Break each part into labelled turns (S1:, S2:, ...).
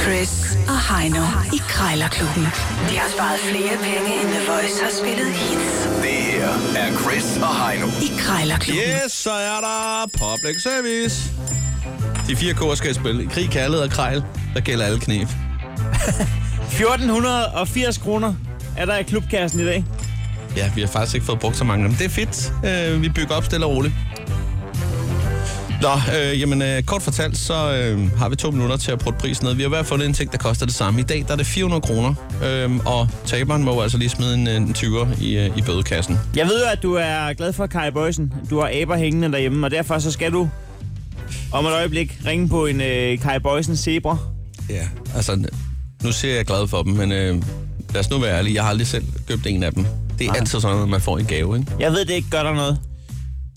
S1: Chris og Heino i Krejlerklubben. De har sparet flere penge, end The Voice har spillet hits
S2: Det her er Chris og Heino.
S1: i Krejlerklubben.
S3: Yes, så er der public service. De fire kår skal i spil. Krig, kærlighed og krejl, der gælder alle knæf.
S4: 1480 kroner er der i klubkassen i dag.
S3: Ja, vi har faktisk ikke fået brugt så mange af dem. Det er fedt. Øh, vi bygger op stille og roligt. Nå, øh, jamen øh, kort fortalt, så øh, har vi to minutter til at putte prisen ned. Vi har i hvert fald fundet en ting, der koster det samme. I dag der er det 400 kroner, øh, og taberen må jo altså lige smide en, øh, en 20'er i, øh, i bødekassen.
S4: Jeg ved jo, at du er glad for Kai Bøjsen. Du har aber hængende derhjemme, og derfor så skal du om et øjeblik ringe på en øh, Kai Bøjsen zebra.
S3: Ja, altså, nu ser jeg glad for dem, men øh, lad os nu være ærlige. Jeg har aldrig selv købt en af dem. Det er
S4: Nej.
S3: altid sådan noget, man får i gave, ikke?
S4: Jeg ved, det ikke gør dig noget.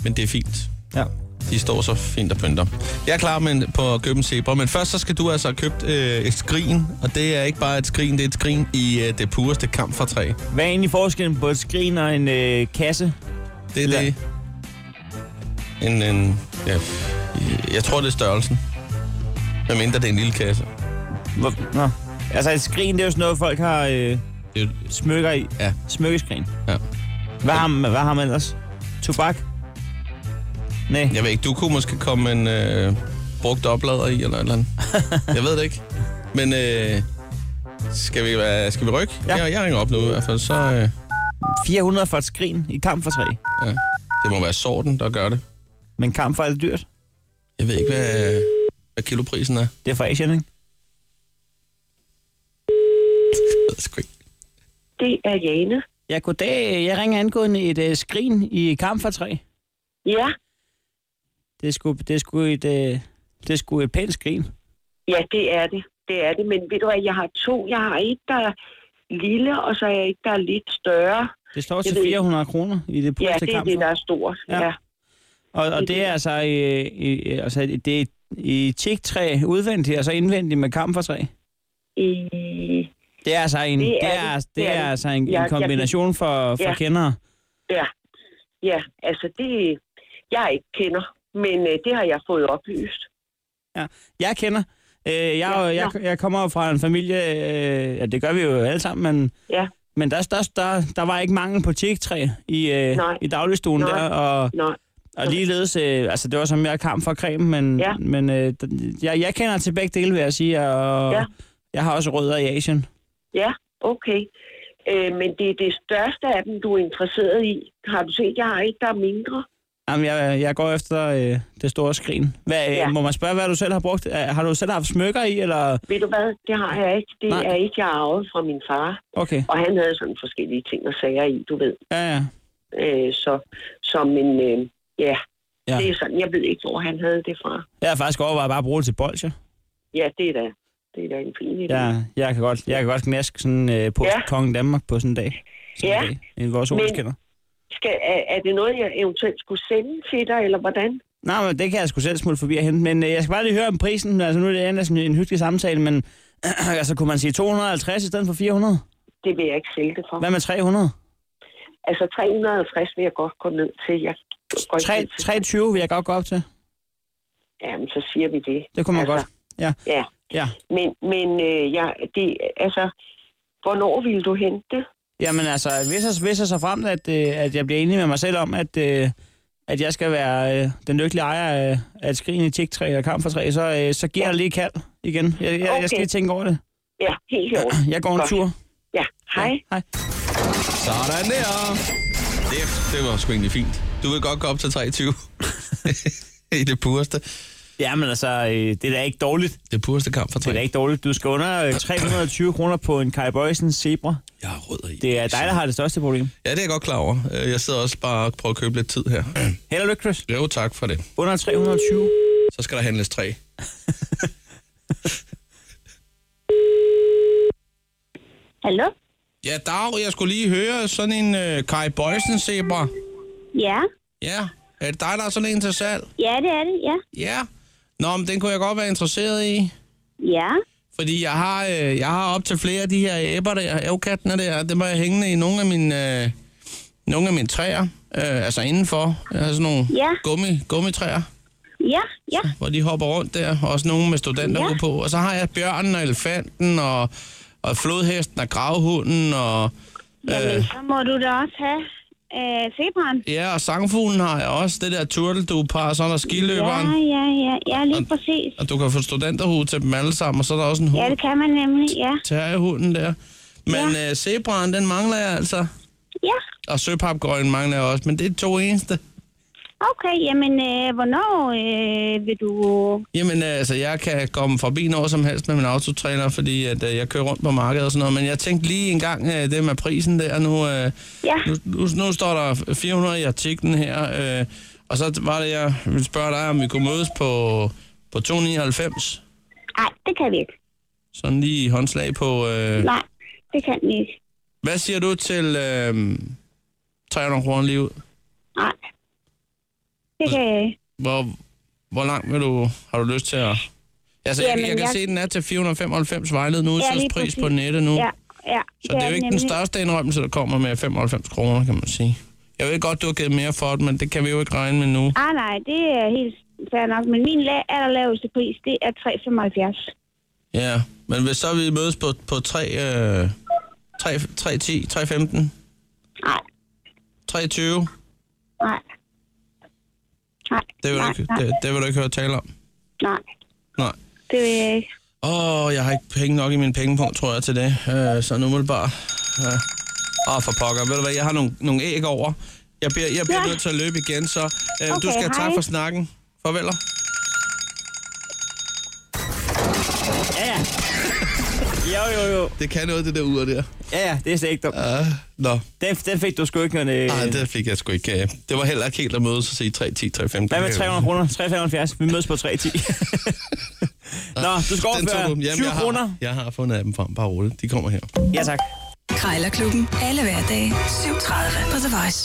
S3: Men det er fint.
S4: Ja.
S3: De står så fint og pynter. Jeg er klar med en, på at købe en zebra, men først så skal du altså have købt øh, et skrin, og det er ikke bare et skrin, det er et skrin i øh, det pureste kamp for træ.
S4: Hvad er egentlig forskellen på et skrin og en øh, kasse?
S3: Det er det. En, en, ja, jeg tror, det er størrelsen. Hvad mindre det er en lille kasse.
S4: Hvor, nå. Altså et skrin, det er jo sådan noget, folk har øh,
S3: Det er,
S4: smykker i.
S3: ja,
S4: Smykkeskrin.
S3: ja.
S4: Hvad har, man- hvad har man ellers? Tobak? Nej.
S3: Jeg ved ikke, du kunne måske komme en øh, brugt oplader i, eller et eller andet. Jeg ved det ikke. Men øh, skal, vi, være- skal vi rykke?
S4: Ja.
S3: Jeg, jeg ringer op nu i hvert fald, så... Øh,
S4: 400 for et skrin i kamp for tre.
S3: Ja. Det må være sorten, der gør det.
S4: Men kamp for alt dyrt.
S3: Jeg ved ikke, hvad, hvad kiloprisen er.
S4: Det er fra Asien, ikke?
S3: Jeg ved sgu ikke.
S5: Det er Jane.
S4: Ja, goddag. Jeg ringer angående et øh, skrin i kamp for tre.
S5: Ja,
S4: Det er sgu, det er sgu et... Øh, det er sgu et pænt skrin.
S5: ja, det er det. Det er det, men ved du hvad, jeg har to. Jeg har et, der er lille, og så er jeg et, der er lidt større.
S4: Det står
S5: Jeg
S4: til
S5: ved ikke.
S4: 400 kroner i det
S5: Ja,
S4: pureste
S5: det er
S4: kamp.
S5: det, der er stort.
S4: Ja.
S5: Ja. ja.
S4: Og, og
S5: det er
S4: det er altså, øh, øh, altså det er i tjektræ udvendigt, og så indvendigt med kamp for træ.
S5: I,
S4: Det er altså en,
S5: Det
S4: det
S5: er
S4: er, det er, det
S5: det. Det er
S4: er
S5: det.
S4: altså en,
S5: Jeg-
S4: en
S5: jeg-
S4: kombination for, for
S5: Ja.
S4: kendere.
S5: ja. ja, altså det, jeg ikke kender, men øh, det har jeg fået oplyst.
S4: Jeg kender. Øh, jeg, ja,
S5: Ja,
S4: jeg, jeg kommer jo fra en familie, øh, ja, det gør vi jo alle sammen, men,
S5: Ja.
S4: men der, der, der, der var ikke mangel på tjektræ i, øh,
S5: Nej.
S4: i dagligstuen
S5: Nej.
S4: der, og,
S5: Nå,
S4: og ligeledes, øh, altså det var som jeg kamp for creme, men,
S5: Ja.
S4: men øh, d- jeg, jeg kender til begge dele, vil jeg sige, og
S5: Ja.
S4: jeg har også rødder i Asien.
S5: ja, okay. Øh, men det er det største af dem, du er interesseret i. Har du set, jeg har et, der er mindre?
S4: Jamen, jeg, jeg går efter øh, det store skrin. Hvad, øh,
S5: Ja.
S4: Må man spørge, hvad du selv har brugt? Øh, Har du selv haft smykker i, eller?
S5: Ved du hvad, det har jeg ikke. Det
S4: Nej.
S5: er et, jeg har arvet fra min far.
S4: Okay,
S5: Og han havde sådan forskellige ting og sager i, du ved.
S4: ja, ja.
S5: Øh, så som en, øh, ja,
S4: Ja.
S5: ja, det er sådan, jeg ved ikke, hvor han havde det fra.
S4: Jeg har faktisk overvejet bare at bruge det til bolcher.
S5: Ja, det er da, det er da en fin idé.
S4: Ja, jeg kan godt, jeg kan godt knæske sådan øh, på ja.
S5: Ja.
S4: kongen Danmark på sådan en dag. Sådan
S5: Ja.
S4: en dag. En vores
S5: Men-
S4: solskinner.
S5: Skal, er, er det noget, jeg eventuelt skulle sende til dig, eller hvordan?
S4: Nej, men det kan jeg sgu selv smutte forbi og hente. Men øh, jeg skal bare lige høre om prisen. Altså, nu er det endda sådan en hyggelig samtale, men altså, kunne man sige 250 i stedet for 400?
S5: Det vil jeg ikke sælge det for.
S4: Hvad med 300?
S5: Altså 360 vil jeg godt gå ned til. Jeg går ikke
S4: 3,
S5: ned til-
S4: 320 vil jeg godt gå op til.
S5: Jamen, så siger vi det.
S4: Det kunne man
S5: altså,
S4: godt. Ja.
S5: Ja,
S4: Ja.
S5: men, men øh, ja, det, altså, hvornår ville du hente det?
S4: Jamen altså, hvis jeg, hvis jeg så frem, at, øh, at jeg bliver enig med mig selv om, at, øh, at jeg skal være øh, den lykkelige ejer af, af et skrigende tjektræ og kamp for træ, så, øh, så giver jeg lige et kald igen. Jeg, jeg, okay. jeg skal
S5: Okay.
S4: lige tænke over det.
S5: Ja, helt i orden.
S4: Jeg går en
S5: Godt.
S4: tur.
S5: Ja, hej. Ja.
S4: Hej.
S3: Sådan der. Det, det var sgu egentlig fint. Du vil godt gå op til 23. I det pureste,
S4: Jamen altså, øh, det er da ikke dårligt.
S3: det pureste kamp for
S4: Det er da
S3: træ.
S4: ikke dårligt. Du skal under øh, 320 kroner på en Kai Bøjsen Zebra.
S3: Jeg har rødder i.
S4: Det er dig, der har det største problem.
S3: Ja, det er jeg godt klar over. Øh, Jeg sidder også bare og prøver at købe lidt tid her.
S4: Held og lykke, Chris.
S3: Jo, tak for det.
S4: Under 320.
S3: Så skal der handles træ.
S6: Hallo?
S3: Ja, Dag, jeg skulle lige høre sådan en øh, Kai Bøjsen zebra.
S6: Ja.
S3: Ja, er det dig, der er sådan en til salg?
S6: Ja, det er det, ja.
S3: Ja. Nå, men den kunne jeg godt være interesseret i.
S6: Ja.
S3: Fordi jeg har, øh, jeg har op til flere af de her æbber der, ævkattene der, det var jeg hængende i nogle af mine, øh, nogle af mine træer. Øh, altså indenfor. Jeg har sådan nogle
S6: Ja.
S3: gummi, gummitræer.
S6: ja, ja.
S3: hvor de hopper rundt der. Også nogen med studenter
S6: Ja.
S3: ja. på. Og så har jeg bjørnen og elefanten og, og flodhesten og gravhunden og... Øh.
S6: Jamen, så må du da også have øh, zebraen.
S3: Ja, og sangfuglen har jeg også. Det der turtledupar, og så er der skiløberen.
S6: Ja, ja, ja, ja, lige præcis.
S3: Og du kan få studenterhue til dem alle sammen, og så er der også en hund.
S6: Ja, det kan man nemlig, ja.
S3: terrierhunden der. Men ja. øh, zebraen, den mangler jeg altså.
S6: Ja,
S3: Og søpapgrønnen mangler jeg også, men det er to eneste.
S6: okay, jamen, øh, hvornår øh, vil du...
S3: Jamen øh, altså, jeg kan komme forbi når som helst med min autotræner, fordi at, øh, jeg kører rundt på markedet og sådan noget. Men jeg tænkte lige en gang, øh, det med prisen der nu, øh,
S6: Ja,
S3: nu, nu, nu står der 400 i artiklen her, øh, og så var det, jeg ville spørge dig, om vi kunne mødes på, på 299.
S6: nej, det kan vi ikke.
S3: Sådan lige håndslag på... Øh,
S6: Nej, det kan vi ikke.
S3: hvad siger du til øh, 300 kroner lige ud?
S6: Nej. Det kan jeg ikke.
S3: hvor, hvor langt vil du, har du lyst til at... Altså, Jamen, jeg,
S6: Jamen,
S3: jeg kan jeg...
S6: jeg-
S3: se, den er til 495 vejledende udsalgspris
S6: præcis.
S3: på nettet nu.
S6: Ja, ja.
S3: så det er jo ikke den største indrømmelse, der kommer med 95 kroner, kan man sige. Jeg ved godt, du har givet mere for det, men det kan vi jo ikke regne med nu.
S6: Ah, nej, det er helt fair nok. Men min la- allerlaveste pris, det er 3,75.
S3: Ja, men hvis så vi mødes på, på 3, øh, 3, 3, 10, 3, 15,
S6: Nej,
S3: 3, 20,
S6: nej. Nej,
S3: det vil, du
S6: nej,
S3: ikke,
S6: nej,
S3: det, det vil du ikke høre tale om.
S6: nej,
S3: Nej.
S6: det vil jeg ikke.
S3: Åh, oh, jeg har ikke penge nok i min pengepunkt, tror jeg, til det. Øh, så nu må det bare... Ja. Åh, for pokker. Ved du hvad, jeg har nogle, nogle æg over. Jeg bliver, jeg bliver
S6: Ja.
S3: nødt til at løbe igen, så øh, okay,
S6: Okay,
S3: du skal tak
S6: hej.
S3: for snakken. Farvel.
S4: Ja, ja. Jo, jo, jo.
S3: Det kan noget, det der ur der.
S4: Ja, ja, det er slet ikke dumt.
S3: Uh, Nå,
S4: Den, den fik du sgu ikke, men... Øh,
S3: nej, det fik jeg sgu ikke. øh. Det var heller ikke helt at mødes og sige 3, 10, 3, 15.
S4: Hvad med 300 kroner? 375. Vi mødes på 310. Nå,
S3: Den
S4: du skal
S3: tog
S4: overføre
S3: du. Jamen,
S4: 20
S3: jeg har,
S4: kroner.
S3: Jeg har fundet af dem frem. Bare roligt. De kommer her.
S4: Ja, tak.
S1: Krejlerklubben. Alle hverdage 7.30 på The Voice.